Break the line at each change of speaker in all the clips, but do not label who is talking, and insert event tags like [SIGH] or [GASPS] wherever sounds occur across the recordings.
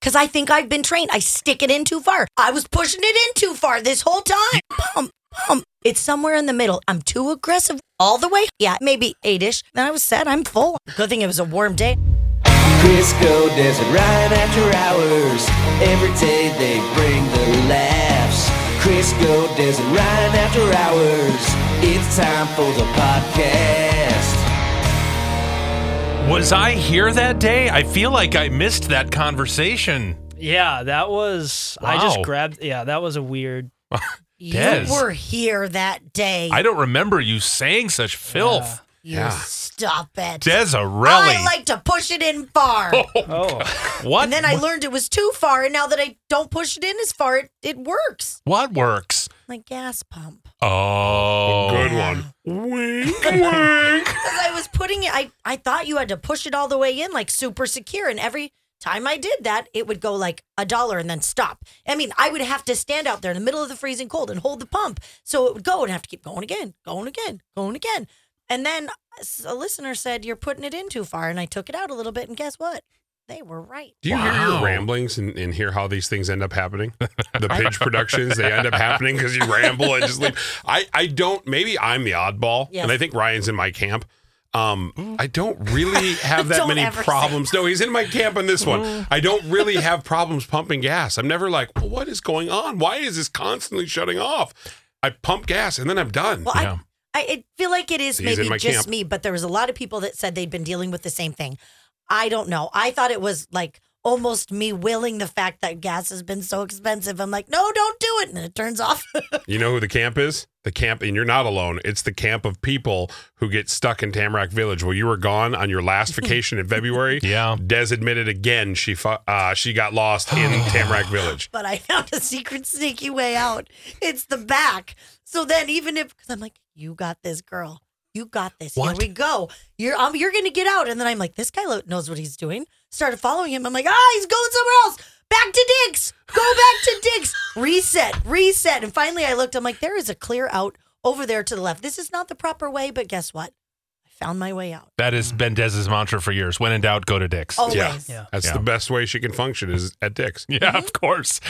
Because I think I've been trained. I stick it in too far. I was pushing it in too far this whole time. Bump, bump. It's somewhere in the middle. I'm too aggressive all the way. Yeah, maybe eight ish. Then I was sad. I'm full. Good thing it was a warm day.
Crisco Desert Ryan after hours. Every day they bring the laughs. Crisco Desert Ryan after hours. It's time for the podcast.
Was I here that day? I feel like I missed that conversation.
Yeah, that was. I just
Wow.
grabbed. Yeah, that was a weird.
Des.
You were here that day.
I don't remember you saying such filth.
You Stop it.
Desirelli.
I like to push it in far.
[LAUGHS]
Oh,
what?
And then I learned it was too far. And now that I don't push it in as far, it, it works.
what works?
Like gas pump.
Oh.
Good one. [LAUGHS]
Wink, wink.
Because I was putting it, I, I thought you had to push it all the way in, like super secure. And every time I did that, it would go like a dollar and then stop. I mean, I would have to stand out there in the middle of the freezing cold and hold the pump. So it would go and have to keep going again, going again, going again. And then uh, a listener said, You're putting it in too far. And I took it out a little bit. And guess what? They were right.
Do you hear
Wow.
your ramblings and, and hear how these things end up happening? The pitch productions, they end up happening because you ramble and just leave. I, I don't, maybe I'm the oddball,
Yes.
and I think Ryan's in my camp.
Mm.
Um, I don't really
[LAUGHS]
have that
Don't
many
ever say Mm.
problems. No, he's in my camp on this one. I don't really have problems pumping gas. I'm never like, well, what is going on? Why is this constantly shutting off? I pump gas and then I'm done.
Well,
Yeah.
I, I it feel like it is
He's in
maybe
my
just
camp.
me, but there was a lot of people that said they'd been dealing with the same thing. I don't know. I thought it was like almost me willing the fact that gas has been so expensive. I'm like, no, don't do it, and it turns off.
You know who the camp is? The camp, and you're not alone. It's the camp of people who get stuck in Tamarack Village. Well, you were gone on your last vacation in February.
Yeah.
Des admitted again she fu- uh, she got lost in
[GASPS]
Tamarack Village.
but I [LAUGHS] found a secret sneaky way out. It's the back. So then, even if because I'm like, you got this, girl. You got this.
What?
Here we go. You're um, you're gonna get out, and then I'm like, this guy lo- knows what he's doing. Started following him. I'm like, ah, he's going somewhere else. Back to Dick's. Go back to Dick's. Reset, reset. And finally, I looked. I'm like, there is a clear out over there to the left. This is not the proper way, but guess what? I found my way out.
That has been Dez's mantra for years. When in doubt, go to Dick's.
Always.
Yeah.
yeah.
That's
Yeah.
the best way she can function is at Dick's.
Yeah, of
Mm-hmm.
course.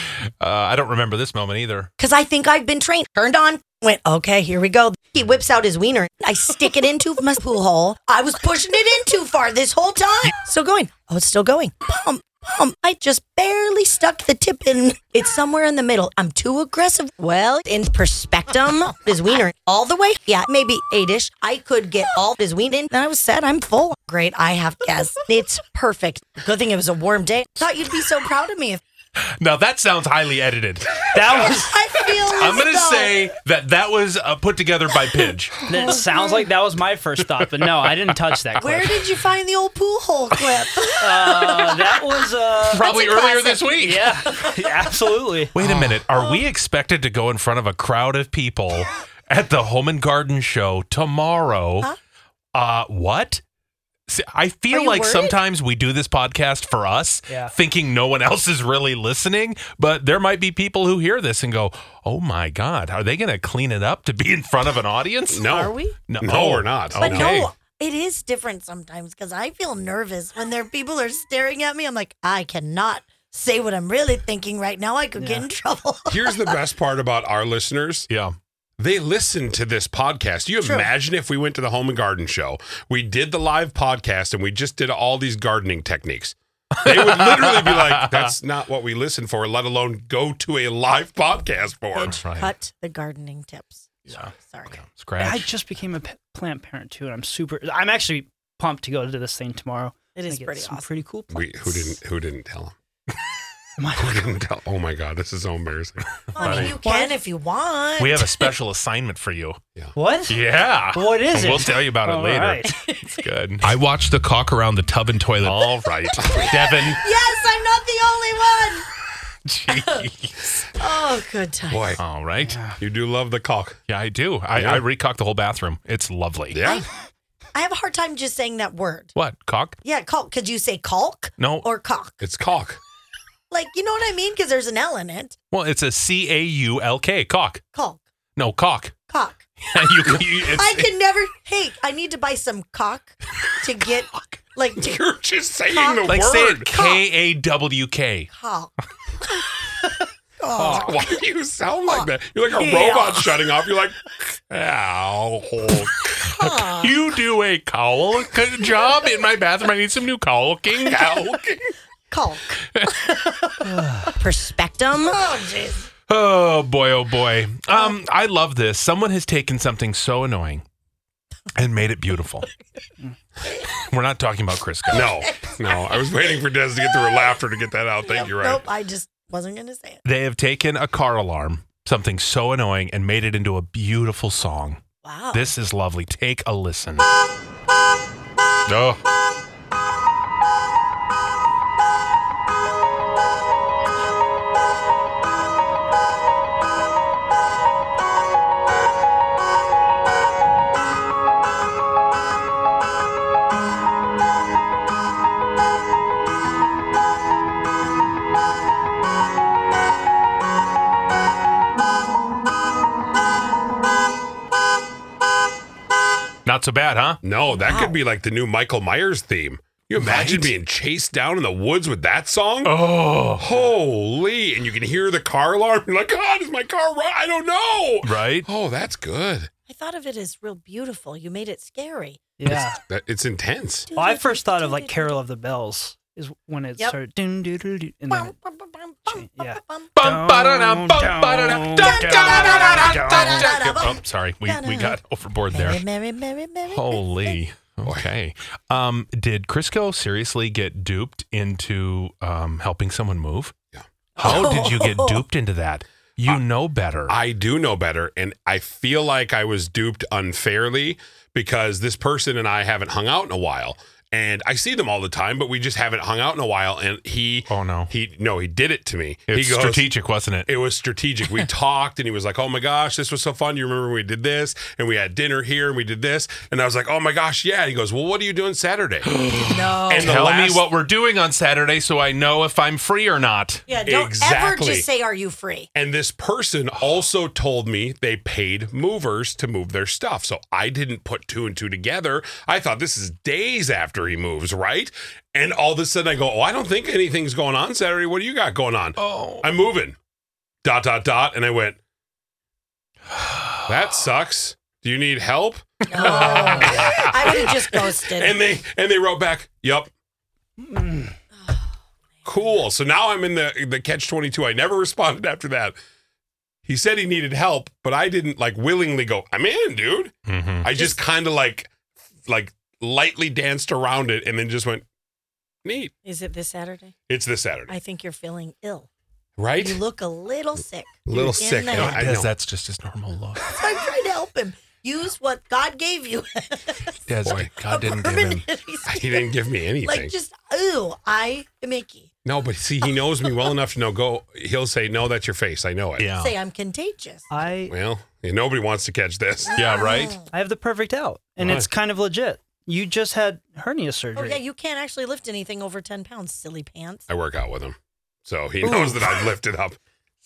Uh, I don't remember this moment either.
because I think I've been trained. Turned on, went, okay, here we go. He whips out his wiener. I stick it into my pool hole. I was pushing it in too far this whole time. Still going. Oh, it's still going. Pump, pump. I just barely stuck the tip in. It's somewhere in the middle. I'm too aggressive. Well, in perspectum, his wiener all the way. Yeah, maybe eight ish. I could get all his wiener in. Then I was sad. I'm full. Great. I have gas. It's perfect. Good thing it was a warm day. Thought you'd be so proud of me. If
Now, that sounds highly edited.
That was.
I feel. [LAUGHS]
I'm going to
though.
say that that was uh, put together
[LAUGHS]
by Pidge.
That sounds like that was my first thought, but no, I didn't touch that
Where
clip.
did you find the old pool hole
[LAUGHS]
clip?
Uh, that was. Uh,
Probably earlier this week.
yeah, [LAUGHS] absolutely.
Wait a minute. Are we expected to go in front of a crowd of people
[GASPS]
at the Home and Garden Show tomorrow? Uh, what? See, I
Are
feel
you
like
worried?
sometimes we do this podcast for us,
Yeah.
thinking no one else is really listening. But there might be people who hear this and go, "Oh my God, are they going to clean it up to be in front of an audience?"
No.
Are we?
No,
No, we're not.
But
Okay.
no, it is different sometimes because I feel nervous when there people are staring at me. I'm like, I cannot say what I'm really thinking right now. I could get in
[LAUGHS]
trouble.
Here's the best part about our listeners.
Yeah.
They listen to this podcast. You imagine if we went to the Home and Garden Show, we did the live podcast, and we just did all these gardening techniques. They would literally
[LAUGHS]
be like, "That's not what we listen for," let alone go to a live podcast for.
Bitch,
right.
Cut the gardening tips.
Yeah.
Sorry.
I
Scratch.
just became a p- plant parent too, and I'm super. I'm actually pumped to go to this thing tomorrow.
It
I
is
think
pretty
it's some
awesome.
Pretty cool.
We, who
plants.
didn't? Who didn't tell
[LAUGHS]
Am I-
him? Who didn't tell? Oh my god, this is so embarrassing.
I mean, you can if you want.
we have a special assignment for you.
What?
Yeah.
What is it?
We'll tell you about it
All
[LAUGHS]
later.
right.
It's good. I watched the cock around the tub and toilet. All right. [LAUGHS] Devin.
yes, I'm not the only one. Oh, good time.
Boy,
All right. Yeah,
you do love the caulk.
I do. I,
Yeah.
I recocked the whole bathroom. It's lovely.
Yeah.
I have a hard time just saying that word.
What? Cock?
Yeah, caulk. Could you say caulk
No.
or cock?
It's caulk.
Like, you know what I mean? Because there's an L in it.
well, it's a C A U L K. Cock.
Caulk,
No, cock. [LAUGHS]
cock.
you,
[LAUGHS]
you,
[LAUGHS]
it's,
I can never. Hey, I need to buy some cock to
[LAUGHS]
get like to
[LAUGHS] You're just saying
Caulk.
the
like
word.
say it K A W K.
cock.
Caulk. Why do you sound like that? You're like a robot shutting off. You're like, ow.
You do a cowl c- job in my bathroom. I need some new
[LAUGHS]
cowlking. Cowlking.
[SIGHS]
Caulk. Perspectum. Oh, jeez.
Oh boy, oh boy. Um, I love this. Someone has taken something so annoying and made it beautiful. We're not talking about Crisco.
No, no. I was waiting for Des to get through her laughter to get that out. Thank you, right?
Nope, I just wasn't going to say it.
They have taken a car alarm, something so annoying, and made it into a beautiful song.
Wow.
This is lovely. Take a listen. Oh, not so bad, huh?
No, that could be like the new Michael Myers theme. You imagine
Right?
being chased down in the woods with that song?
Oh,
Holy! And you can hear the car alarm. You're like, God, is my car right? I don't know.
right?
Oh, that's good.
I thought of it as real beautiful. You made it scary.
Yeah.
That, it's intense.
Well, I first thought of like Carol of the Bells is when it
Yep.
started. Dun, dun, dun, dun, and then
Bum, bum, bum, bum, bum,
Yeah.
bum,
Bum, ba-da-dum, bum, ba-da-dum, dum, da-da-da-da-da, da-da. Oh, sorry. We, we got overboard
bum.
there.
Merry, merry, merry, merry.
Holy. Okay. Um, did Crisco seriously get duped into um, helping someone move?
Yeah.
How did you get duped into that? You know better.
I do know better, and I feel like I was duped unfairly because this person and I haven't hung out in a while. And I see them all the time, but we just haven't hung out in a while. And he,
Oh, no.
he no, he did it to me.
it's
he goes,
strategic, wasn't it?
it was strategic. We talked and he was like, Oh my gosh, this was so fun. You remember when we did this and we had dinner here and we did this? And I was like, Oh my gosh, yeah. And he goes, Well, what are you doing Saturday?
[LAUGHS]
No.
And the
Tell
last-
me what we're doing on Saturday so I know if I'm free or not.
Yeah, don't
Exactly.
ever just say, Are you
[LAUGHS]
free?
And this person also told me they paid movers to move their stuff. So I didn't put two and two together. I thought this is days after he moves, right? And all of a sudden I go, Oh, I don't think anything's going on Saturday. What do you got going on?
Oh.
I'm moving. Dot dot dot. And I went, That sucks. Do you need help?
No. I would have just ghosted.
Oh. and they and they wrote back, "Yep."
Mm.
cool. So now I'm in the the catch 22. I never responded after that. He said he needed help, but I didn't like willingly go, "I'm in, dude."
Mm-hmm.
I just kind of like like lightly danced around it and then just went, "Neat.
Is it this Saturday?
It's this Saturday."
I think you're feeling ill.
right?
You look a little sick.
A [LAUGHS] little
You're in
sick.
there.
No, I know.
that's just his normal look.
I'm trying to help him. Use what God gave
[LAUGHS]
you.
Des,
Boy.
God
[LAUGHS]
didn't give him.
[LAUGHS] he didn't give me anything.
Like just ooh, I am icky.
no, but see, he knows me well enough to know. Go. He'll say, "No, that's your face. I know it."
Yeah.
Say I'm contagious.
I
Well, nobody wants to catch this.
Yeah, right?
Mm.
I have the perfect out, and
Why?
it's kind of legit. You just had hernia
Oh
surgery.
yeah, you can't actually lift anything over ten pounds, silly pants.
I work out with him. So he knows that I've lifted up.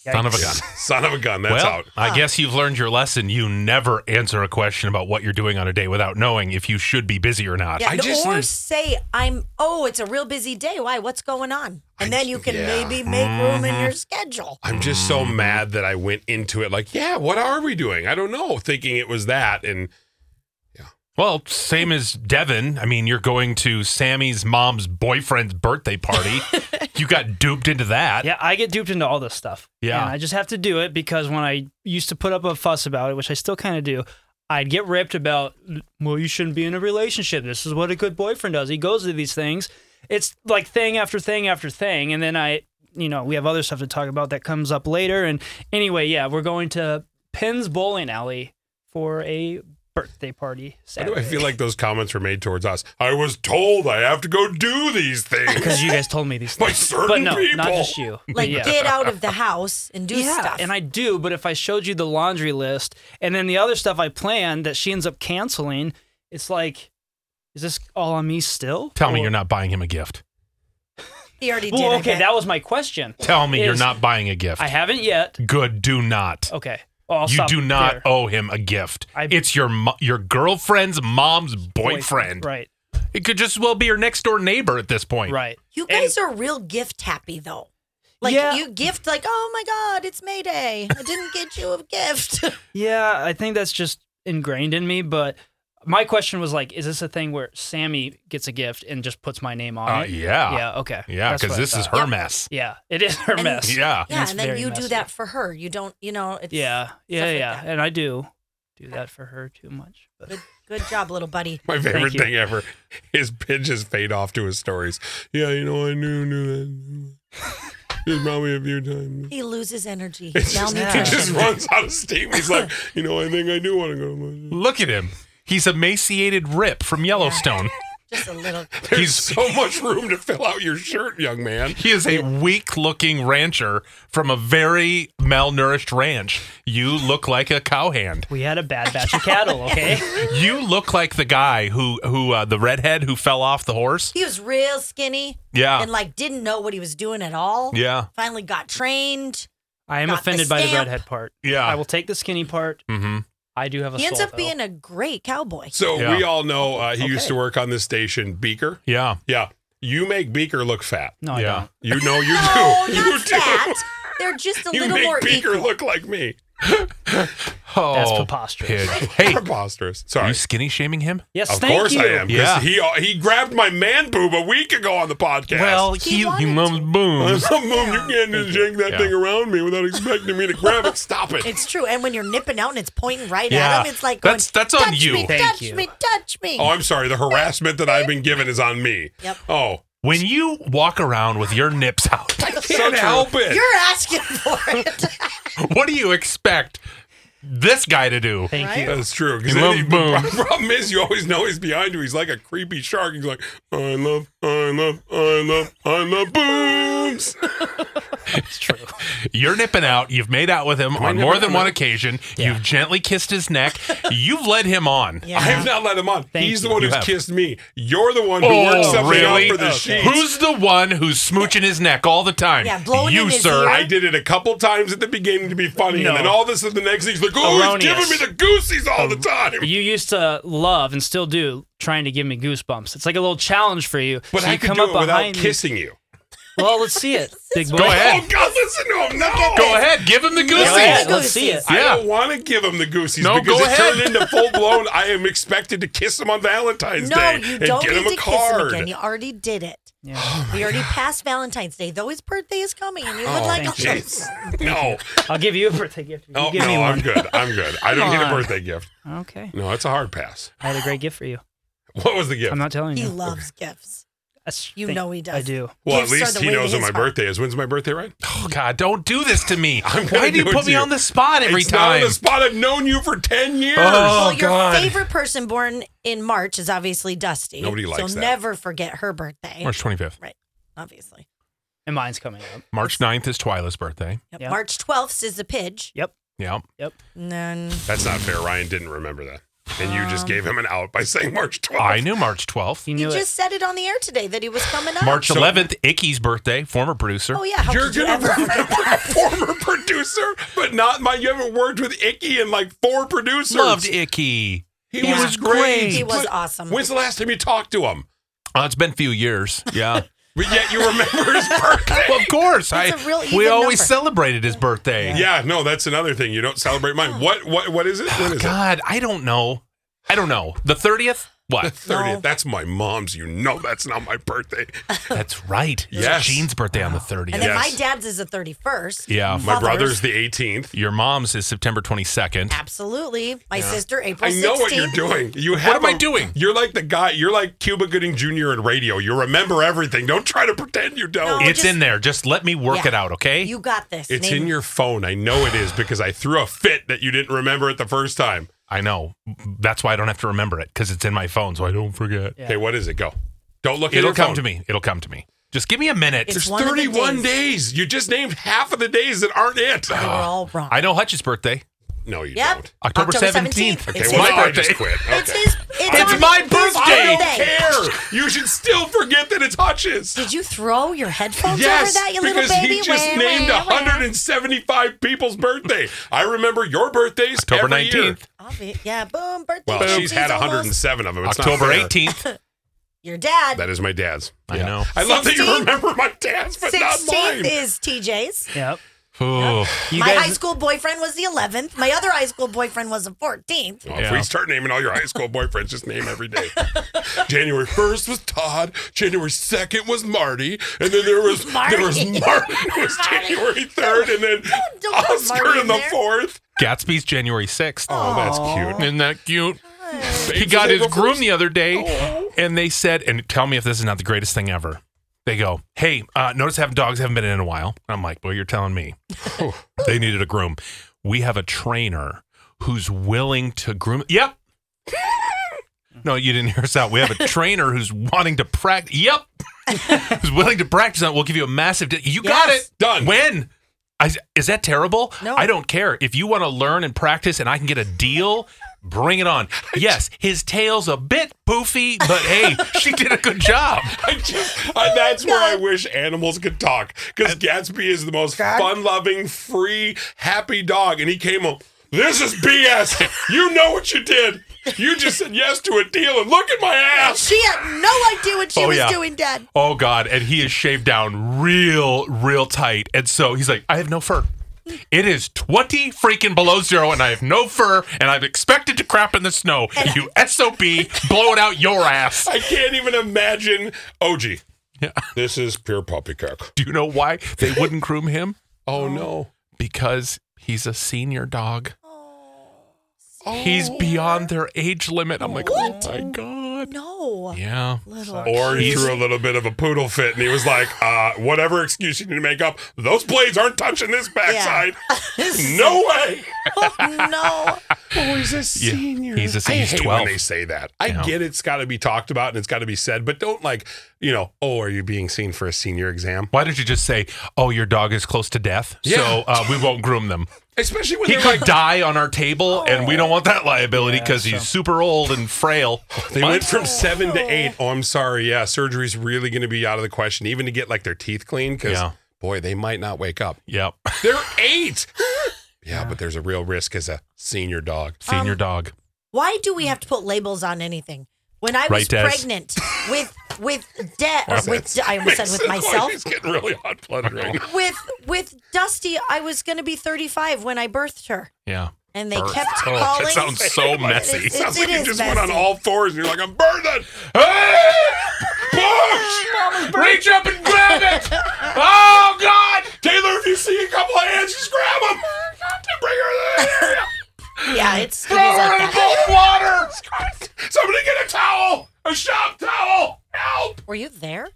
Son of a
Yikes.
gun.
Son of a gun, [LAUGHS] that's
well,
out.
I guess you've learned your lesson. You never answer a question about what you're doing on a day without knowing if you should be busy or not.
Yeah,
I just-
or say I'm oh, it's a real busy day. Why? What's going on? And
I-
then you can
yeah. Mm-hmm.
maybe make room in your schedule.
I'm just so
mm.
mad that I went into it like, yeah, what are we doing? I don't know, thinking it was that. And
Well, same as Devin. I mean, you're going to Sammy's mom's boyfriend's birthday party. you got duped into that.
Yeah, I get duped into all this stuff.
Yeah.
And I just have to do it because when I used to put up a fuss about it, which I still kind of do, I'd get ripped about, well, you shouldn't be in a relationship. This is what a good boyfriend does. He goes to these things. It's like thing after thing after thing. And then I, you know, we have other stuff to talk about that comes up later. And anyway, yeah, we're going to Penn's Bowling Alley for a birthday party
Why do
Saturday.
I feel like those comments were made towards us? I was told I have to go do
[LAUGHS]
these things.
because you guys told me these
By
things.
certain
but no, not
people.
just you. But
Like
[LAUGHS] yeah.
get out of the house and do
yeah,
stuff.
and I do, but if I showed you the laundry list and then the other stuff I planned that she ends up canceling, it's like, is this all on me still?
Tell me
Or-
you're not buying him a gift.
he already did.
Well,
I
okay,
bet.
that was my question.
Tell me you're
Is-
not buying a gift.
I haven't yet.
Good, do not.
Okay. Well, I'll
you
stop
do not
there.
owe him a gift.
I-
it's your mo- your girlfriend's mom's boyfriend.
Right.
It could just well be your next door neighbor at this point.
Right.
you guys are real gift happy though. Like
Yeah.
you gift like, oh my god, it's May Day. I didn't get you a
[LAUGHS]
gift. [LAUGHS]
Yeah, I think that's just ingrained in me. But my question was like, is this a thing where Sammy gets a gift and just puts my name on
Uh,
it?
yeah.
Yeah. Okay.
Yeah,
That's
because
what I
this is
thought.
her mess.
[LAUGHS] Yeah, it is her
And-
mess.
Yeah.
yeah,
it's
and then
very
you do
messy.
that for her. You don't, you know, it's
Yeah. Yeah.
like
yeah.
that.
and I do do that for her too much. But
Good, good job, little buddy.
My favorite
you.
thing ever. His pitches fade off to his stories. Yeah, you know, I knew, knew that. There's probably a few times.
He loses energy.
It's just, he
Malnutrition.
just runs out of steam. He's like, you know, I think I do want to go.
Look at him. He's emaciated Rip from Yellowstone.
[LAUGHS] just a little.
There's
He's-
so much room to fill out your shirt, young man.
He is a weak looking rancher from a very malnourished ranch. You look like a cowhand.
we had a bad batch of [LAUGHS] cattle. Okay.
You look like the guy who, who uh, the redhead who fell off the horse.
He was real skinny
Ah.
Yeah.
and like didn't know what he was doing at all.
Yeah.
Finally got trained.
I am
Got the
offended by the
stamp.
redhead part.
Yeah.
I will take the skinny part.
Mm-hmm.
I do have a
He ends
soul,
up
though.
being a great
[LAUGHS]
cowboy.
So
Yeah.
we all know uh, he used
Okay.
to work on this station, Beaker.
Yeah.
Yeah, you make Beaker look fat.
No, I
Yeah.
don't.
You know you do.
No,
[LAUGHS] you
Oh, not fat. They're just a
do. [LAUGHS] You
little more
make Beaker
equal.
look like me.
Oh,
That's preposterous.
pig.
[LAUGHS]
Hey,
preposterous.
are
Sorry.
you skinny shaming him?
Yes,
Of
thank
course
you.
I am.
Yeah.
because He uh, he grabbed my man boob a week ago on the podcast. [LAUGHS]
Well,
He
he, he
wanted
mums
to.
[LAUGHS] booms.
Mom, you can't just yank that
Yeah.
thing around me without expecting me to grab it. Stop it.
It's true. And when you're nipping out and it's pointing right
Yeah.
at him, it's like going,
That's- that's on
touch
you."
Me,
Thank
touch
you.
me, touch me.
Oh, I'm sorry. The harassment that I've been given is on me.
Yep.
Oh,
When you walk around with your nips
[LAUGHS]
out,
[LAUGHS] can't help it.
you're asking for it.
what do you expect this guy to do?
Thank you.
That's true. 'cause
You love
then he-
boobs.
The [LAUGHS] problem is, you always know he's behind you. He's like a creepy shark. He's like, I love, I love, I love, I
[LAUGHS]
love boobs.
You're nipping out. You've made out with him on
nipping
more than
out?
one occasion. You've gently kissed his neck. You've led him on.
[LAUGHS] Yeah.
I have not let him on.
Thank
he's the
you.
one
You
who's
have.
kissed me. You're the one who worked
Oh,
something out
really?
for the sheets.
Who's the one who's smooching his neck all the time?
Yeah, blowing
you,
in his
sir.
ear.
I did it a couple times at the beginning to be funny,
No.
and then all of a sudden the next thing he's like, "Oh, he's
Erroneous. Oh,
giving me the goosies all the time."
you used to love and still do trying to give me goosebumps. It's like a little challenge for you.
but
So
I
you
could
come
do
up
it without
behind me-
kissing you.
Well, let's
[LAUGHS]
see it, big boy.
Go ahead.
Oh God, listen to him! No,
Go ahead. Give him
[LAUGHS]
the
Go
Let's see
ahead.
goosies.
it.
Let's see it.
I
Yeah.
don't want to give him the goosies
No,
because
go
it
ahead.
turned
[LAUGHS]
into full blown. I am expected to kiss him on Valentine's
no,
Day
you
and
don't
get
need
him a
to
card.
kiss him again. You already did it.
Yeah.
we already passed Valentine's Day, though his birthday is coming, and you would
Oh,
like a
[LAUGHS]
[LAUGHS]
Jeez. No,
[LAUGHS] I'll give you a birthday gift. if You
no,
give me
Oh, no, I'm
one.
good. I'm good. I don't need a
on.
birthday gift.
[LAUGHS] Okay.
No, it's a hard pass.
I had a great gift for you.
What was the gift?
I'm not telling
He
you.
loves gifts.
That's-
you
thank-
know he does.
I do.
well, at
Gifts are
least
the
he
way to
knows when
his
my
heart.
birthday is. When's my birthday, right?
Oh, God, don't do this to me.
I'm gonna
Why do you
do it
put
to
me
you.
on the spot every
it's
time?
not on the spot. I've known you for ten years.
Oh,
well, your
God.
favorite person born in March is obviously Dusty.
Nobody likes
so
that.
never forget her birthday.
March 25th.
Obviously.
And mine's coming up.
March 9th is Twyla's birthday.
Yep.
Yeah.
March 12th is the Pidge.
Yep.
Yeah.
Yep.
And then
That's not fair. Ryan didn't remember that. And you
Um.
just gave him an out by saying March 12th.
I
[LAUGHS]
knew March 12th.
You
he
knew
just said it on the air today that he was coming up.
March
So-
11th, Icky's birthday, former producer.
Oh, yeah. How
You're
could you
gonna
ever
remember a former producer, but not my. You haven't worked with Icky and like four producers.
Loved Icky.
He
He
was,
was
great.
great.
He was
But
awesome.
When's the last time you talked to him?
Oh, it's been a few years.
[LAUGHS]
Yeah.
But yet you remember his [LAUGHS] birthday.
[LAUGHS] well, of course. I,
That's a real
we
even
always
number.
celebrated his birthday.
yeah, no, that's another thing. You don't celebrate
Oh.
mine. What? What? What is it? When is it?
God, I don't know. I don't know. The 30th?
The
What?
[LAUGHS] 30th. That's my mom's. You know that's not my birthday.
That's right.
Yes.
It's Jean's birthday on the 30th.
And then
Yes.
my dad's is the 31st.
Yeah.
My
Mother's.
brother's the 18th.
Your mom's is September 22nd.
Absolutely. My sister, April
I
16th.
know what you're doing. You have
am I
a-
doing?
You're like the guy. You're like Cuba Gooding Jr. in radio. You remember everything. Don't try to pretend you
No.
don't.
It's
just-
in there. Just let me work
Yeah.
it out, okay?
You got this.
It's
Name-
in your phone. I know it is because I threw a fit that you didn't remember it the first time.
I know. That's why I don't have to remember it because it's in my phone, so I don't forget.
Yeah.
Okay, what is it? Go. Don't look at
It'll
your
come
phone.
to me. It'll come to me. Just give me a minute.
It's
There's
one of the
31
days.
days. You just named half of the days that aren't it.
They were all wrong.
I know Hutch's birthday,
No, you
Yep.
don't.
October
October
seventeenth.
17th.
Okay,
It's
well,
his
now I just
birthday.
quit.
It's
Okay.
his. It's,
It's
on
my
his
birthday!
I don't
birthday.
care. You should still forget that it's Hutch's.
Did you throw your headphones
Yes,
over that, you little
because
baby?
he just
Wah,
named
wah, wah.
175 people's birthday. I remember your birthdays
October
every year.
19th,
I'll be- Yeah, boom, birthday.
Well,
boom,
she's had
almost-
107 of them. It's not
October
[LAUGHS]
fair.
18th.
Your dad.
That is my dad's.
I know.
I love that you
16th.
remember my dad's, but not mine.
Sixteenth is TJ's.
Yep.
Ooh.
You
my
guys,
high school boyfriend was the 11th. My other high school boyfriend was the 14th.
Well,
Yeah.
If we start naming all your high school boyfriends, just name every day. January first was Todd. January second was Marty, and then there was there was
[LAUGHS] Marty.
Martin was January third, and then
don't put
Oscar
Marty
in
in
the
there.
fourth.
Gatsby's January sixth.
Oh, that's cute.
Isn't that cute? He
Babes
got
is
his
April
groom
1st.
the other day,
Oh.
and they said, and tell me if this is not the greatest thing ever. They go, hey, uh, notice having dogs haven't been in in a while. I'm like, well, you're telling
[LAUGHS]
me [LAUGHS] they needed a groom. We have a trainer who's willing to groom.
[LAUGHS]
Yep. No, you didn't hear us out. We have a trainer who's wanting to practice.
[LAUGHS]
Yep. who's willing to practice on. it. We'll give you a massive. Di- you got
Yes.
it.
Done.
When? I, is that terrible?
No.
I don't care. If you want to learn and practice and I can get a deal, bring it on. Yes, his tail's a bit poofy, but hey, she did a good job.
I
Oh
just, I, that's where I wish animals could talk because Gatsby is the most fun loving, free, happy dog. And he came home, this is BS. you know what you did. You just said yes to a deal and look at my ass.
She had no idea what she
Oh,
was
yeah.
doing, Dad.
Oh God. And he is shaved down real, real tight. And so he's like, I have no fur. It is 20 freaking below zero and I have no fur and I'm expected to crap in the snow. You SOB, blow it out your ass.
I can't even imagine. OG, this is pure poppycock.
Do you know why they wouldn't groom him?
[LAUGHS] Oh, no.
Because he's a senior dog. He's beyond their age limit. I'm like, oh my God.
No.
Yeah.
Little.
Or he
He's-
threw a little bit of a poodle fit and he was like, uh, whatever excuse you need to make up, those blades aren't touching this
[LAUGHS]
backside. no way.
Oh, no.
Oh, he's a
Yeah,
senior.
he's a senior.
I
He's
hate
12.
when they say that. I
Yeah.
get it's got to be talked about and it's got to be said, but don't like, you know, oh, are you being seen for a senior exam?
Why don't you just say, "Oh, your dog is close to death,
Yeah.
so uh, we won't groom them.
Especially when
He
they're like,
could die on our table, and we don't want that liability
Yeah,
because he's super old and frail."
they went from seven to eight. Oh, I'm sorry. Yeah, surgery's really going to be out of the question, even to get like their teeth cleaned because,
Yeah.
boy, they might not wake up.
Yep, [LAUGHS]
They're eight. yeah, but there's a real risk as a senior dog.
senior dog.
Why do we have to put labels on anything? When I
Right,
was
Des?
pregnant with with debt or with I almost said
[LAUGHS]
[LAUGHS]
with
Makes it
myself
Like he's getting really hot blooded right now.
with with Dusty I was going to be 35 when I birthed her
Yeah,
and they
Birth.
kept
Oh, that
calling
sounds
[LAUGHS]
so messy.
It's-
Sounds
it
like you
is
just went on
messy.
all fours [LAUGHS] and you're like, I'm burning. Hey!
[LAUGHS]
Push! Reach up and grab it! Oh, God! Taylor, if you see a couple of hands, just grab them! Bring her to
[LAUGHS]
the area!
Yeah, it's it is
Throw her
like
in
that.
cold water! Somebody get a towel! A shop towel! Help!
Were you there?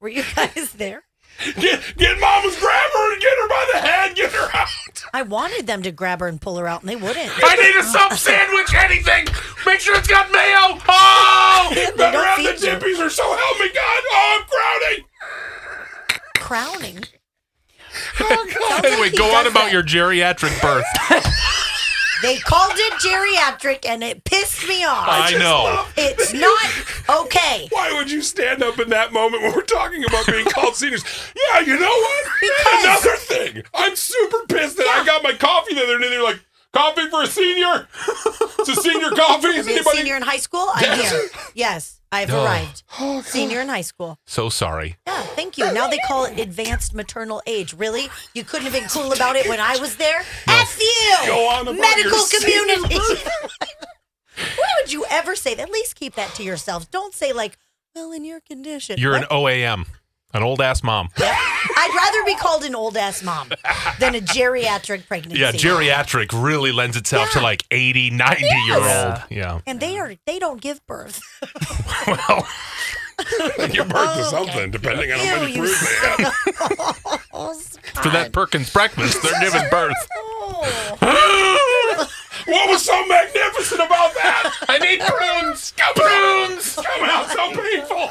Were you guys there?
Get, get mama's grab her and get her by the head! Get her out!
I wanted them to grab her and pull her out, and they wouldn't.
I need a sub sandwich,
[LAUGHS]
anything! Make sure it's got mayo! Oh! [LAUGHS] Better
don't
have the
feed you.
tippies or so help me God! Oh, I'm crowding!
Crowning.
Anyway,
He
go on
does
about
that.
your geriatric
[LAUGHS]
birth.
They called it geriatric, and it pissed me off.
I know.
It's not okay.
Why would you stand up in that moment when we're talking about being called seniors? Yeah, you know what?
Because-
Another thing. I'm super pissed that I got my coffee the other day. They're like, coffee for a senior? It's a senior coffee? Is
Being
anybody?
senior in high school, I'm here. Yes, I've arrived.
Oh,
Senior in high school.
So sorry.
Yeah, thank you. Now they call it advanced maternal age. Really? You couldn't have been cool about it when I was there? F you!
Go on about
Medical
your senior
community. [LAUGHS] Why would you ever say that? At least keep that to yourselves. Don't say like, well, in your condition.
You're an
What?
OAM, an old ass mom.
I'd rather be called an old ass mom than a geriatric pregnancy.
Yeah, geriatric really lends itself to like 80, 90 year old.
Yes.
Yeah.
And they are they don't give birth.
Well,
you birth
Oh,
to something, depending on how
Ew,
many
you
fruit they had.
Oh, [LAUGHS]
for that Perkins breakfast, they're giving birth.
oh.
[LAUGHS] What was so magnificent about that? I need prunes. Come prunes. Come out so painful.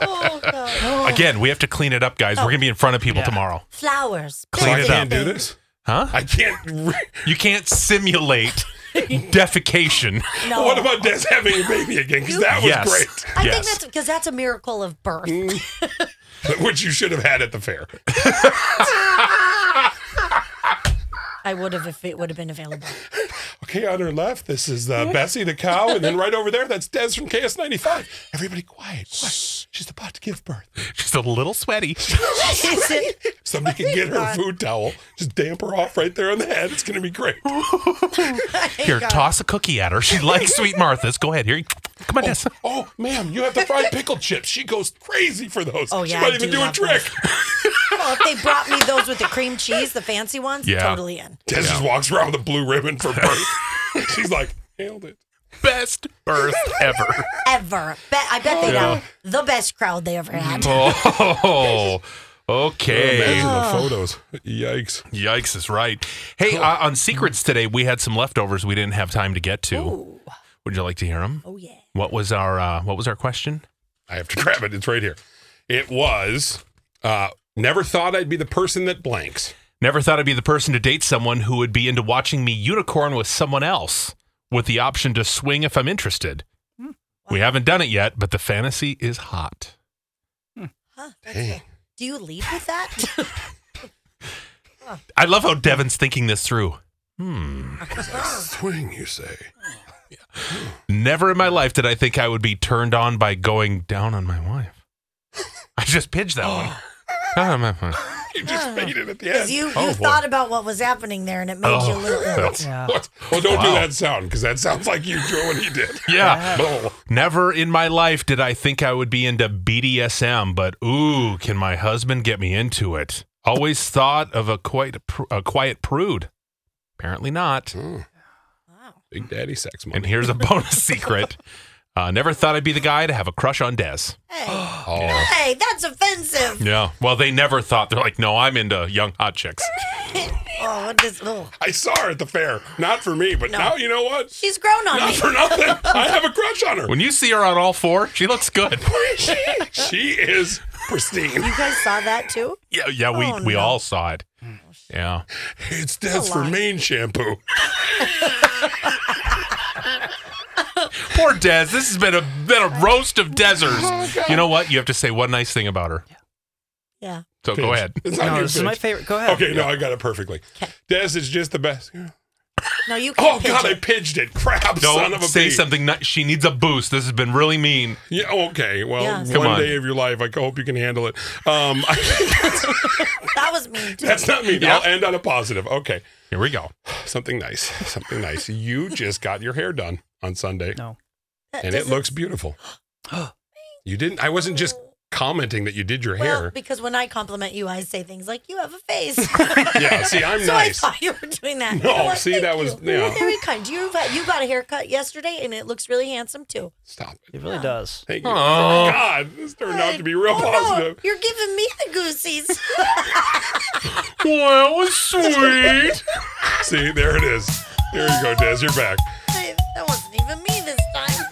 Oh, God.
Again, we have to clean it up, guys. We're gonna be in front of people
Yeah.
tomorrow,
Flowers.
So
Clean
I
it
can't
up.
do this.
huh?
I can't. Re-
You can't simulate defecation.
No.
What about Des having a baby again? Because that was
Yes.
great. [LAUGHS]
I think
Yes.
that's because that's a miracle of birth.
Mm. Which you should have had at the fair.
I would have if it would have been available.
Okay, on her left, this is uh, Bessie the cow, and
[LAUGHS]
then right over there, that's Des from KS95. Everybody quiet. quiet. She's about to give birth.
Just a little sweaty.
Is it?
Somebody can get her a food towel, just damp her off right there on the head. It's going to be great.
Here, toss a cookie at her. She likes Sweet Martha's. Go ahead. Here, you- come on, Des.
Oh, ma'am, you have to fry pickle chips. She goes crazy for those.
Oh,
she
yeah,
might
I
even
do
do a
love
trick.
Well, if they brought me those with the cream cheese, the fancy ones,
Yeah.
totally in.
Des just walks around with a blue ribbon for birth.
[LAUGHS]
She's like, nailed it.
Best birth ever.
Ever. Bet I bet they got the best crowd they ever had.
[LAUGHS] Mm. Oh, okay. Oh,
Imagine
Ah.
the photos. Yikes.
Yikes is right. Hey, uh, on secrets today, we had some leftovers we didn't have time to get to. Would you like to hear them?
Oh yeah.
What was our uh, What was our question?
I have to grab it. It's right here. It was uh, never thought I'd be the person that blanks.
Never thought I'd be the person to date someone who would be into watching me unicorn with someone else, with the option to swing if I'm interested. We haven't done it yet, but the fantasy is hot.
Huh, that's good. Do you leave with that?
I love how Devin's thinking this through.
Swing, you say.
Never in my life did I think I would be turned on by going down on my wife. I just pitched that one. Down on my wife.
You just made it at the
Because
end.
Ah. you, you
Oh, boy.
thought about what was happening there and it made you a
Oh,
little
[LAUGHS]
ill.
that's-
Yeah.
What? Well, don't do
Wow.
that sound because that sounds like you doing what he did.
Yeah.
Oh,
Never in my life did I think I would be into BDSM, but ooh, can my husband get me into it? Always thought of a quiet, pr- a quiet prude. Apparently not.
Wow.
Big Daddy sex
And
money.
here's a bonus secret. Uh, never thought I'd be the guy to have a crush on Des.
Hey,
Oh,
hey, that's offensive.
Yeah. Well, they never thought. They're like, no, I'm into young hot chicks.
Oh, what is, oh.
I saw her at the fair. Not for me, but
No.
now you know what?
She's grown on
Not
me. [LAUGHS]
for nothing. I have a crush on her.
When you see her on all four, she looks good.
she, she is pristine.
You guys saw that too?
Yeah, yeah, we
Oh,
we
no. Oh,
all saw it. Yeah.
It's death for
lie.
main shampoo.
Poor Des. This has been a been a roast of
Oh,
Desers. You know what? You have to say one nice thing about her.
Yeah.
So go
Bitch.
ahead.
It's not
No,
your
this is
bitch.
my favorite. Go ahead.
Okay, no, I got it perfectly. Des is just the best.
No, you can't.
Oh God, I
pigeon.
pidged it. Crap, [LAUGHS] son
Don't
of a
say
bee.
something. Not, she needs a boost. This has been really mean.
Yeah, okay, well,
Yeah.
one
Come on.
day of your life, I hope you can handle it. Um, [LAUGHS]
that was mean. Too.
that's not me.
Yeah.
I'll end on a positive. Okay,
Here we go.
[SIGHS] something nice, something nice. You just got your hair done on Sunday,
No.
That
and it
doesn't-
looks beautiful. you didn't. I wasn't just commenting that you did your
Well, [LAUGHS]
hair.
because when I compliment you, I say things like "you have a
[LAUGHS]
face." [LAUGHS]
Yeah. See, I'm
so
nice.
I thought you were doing that.
No,
You know what?
see,
Thank
that was-
you. You're
yeah.
very kind. You you got a haircut yesterday, and it looks really handsome too.
Stop it.
It really does.
Thank you.
Oh.
God, this turned out to be real
Oh, no,
positive.
you're giving me the [LAUGHS] goosies.
Well, was sweet.
[LAUGHS] See, there it is. There you go, Des. You're back.
that wasn't even me this time.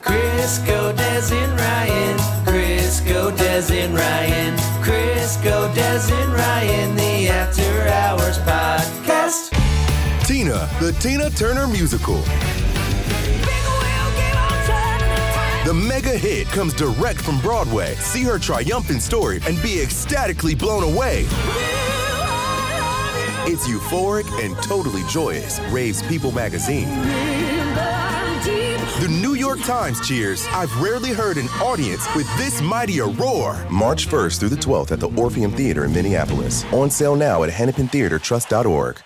Crisco Des and Ryan. Crisco Des and Ryan. Crisco Des and Ryan. The After Hours Podcast.
Tina, the Tina Turner Musical. The mega hit comes direct from Broadway. See her triumphant story and be ecstatically blown away. It's euphoric and totally joyous, raves People magazine. The New York Times cheers, I've rarely heard an audience with this mighty a roar. March 1st through the 12th at the Orpheum Theater in Minneapolis. On sale now at hennepintheatertrust.org.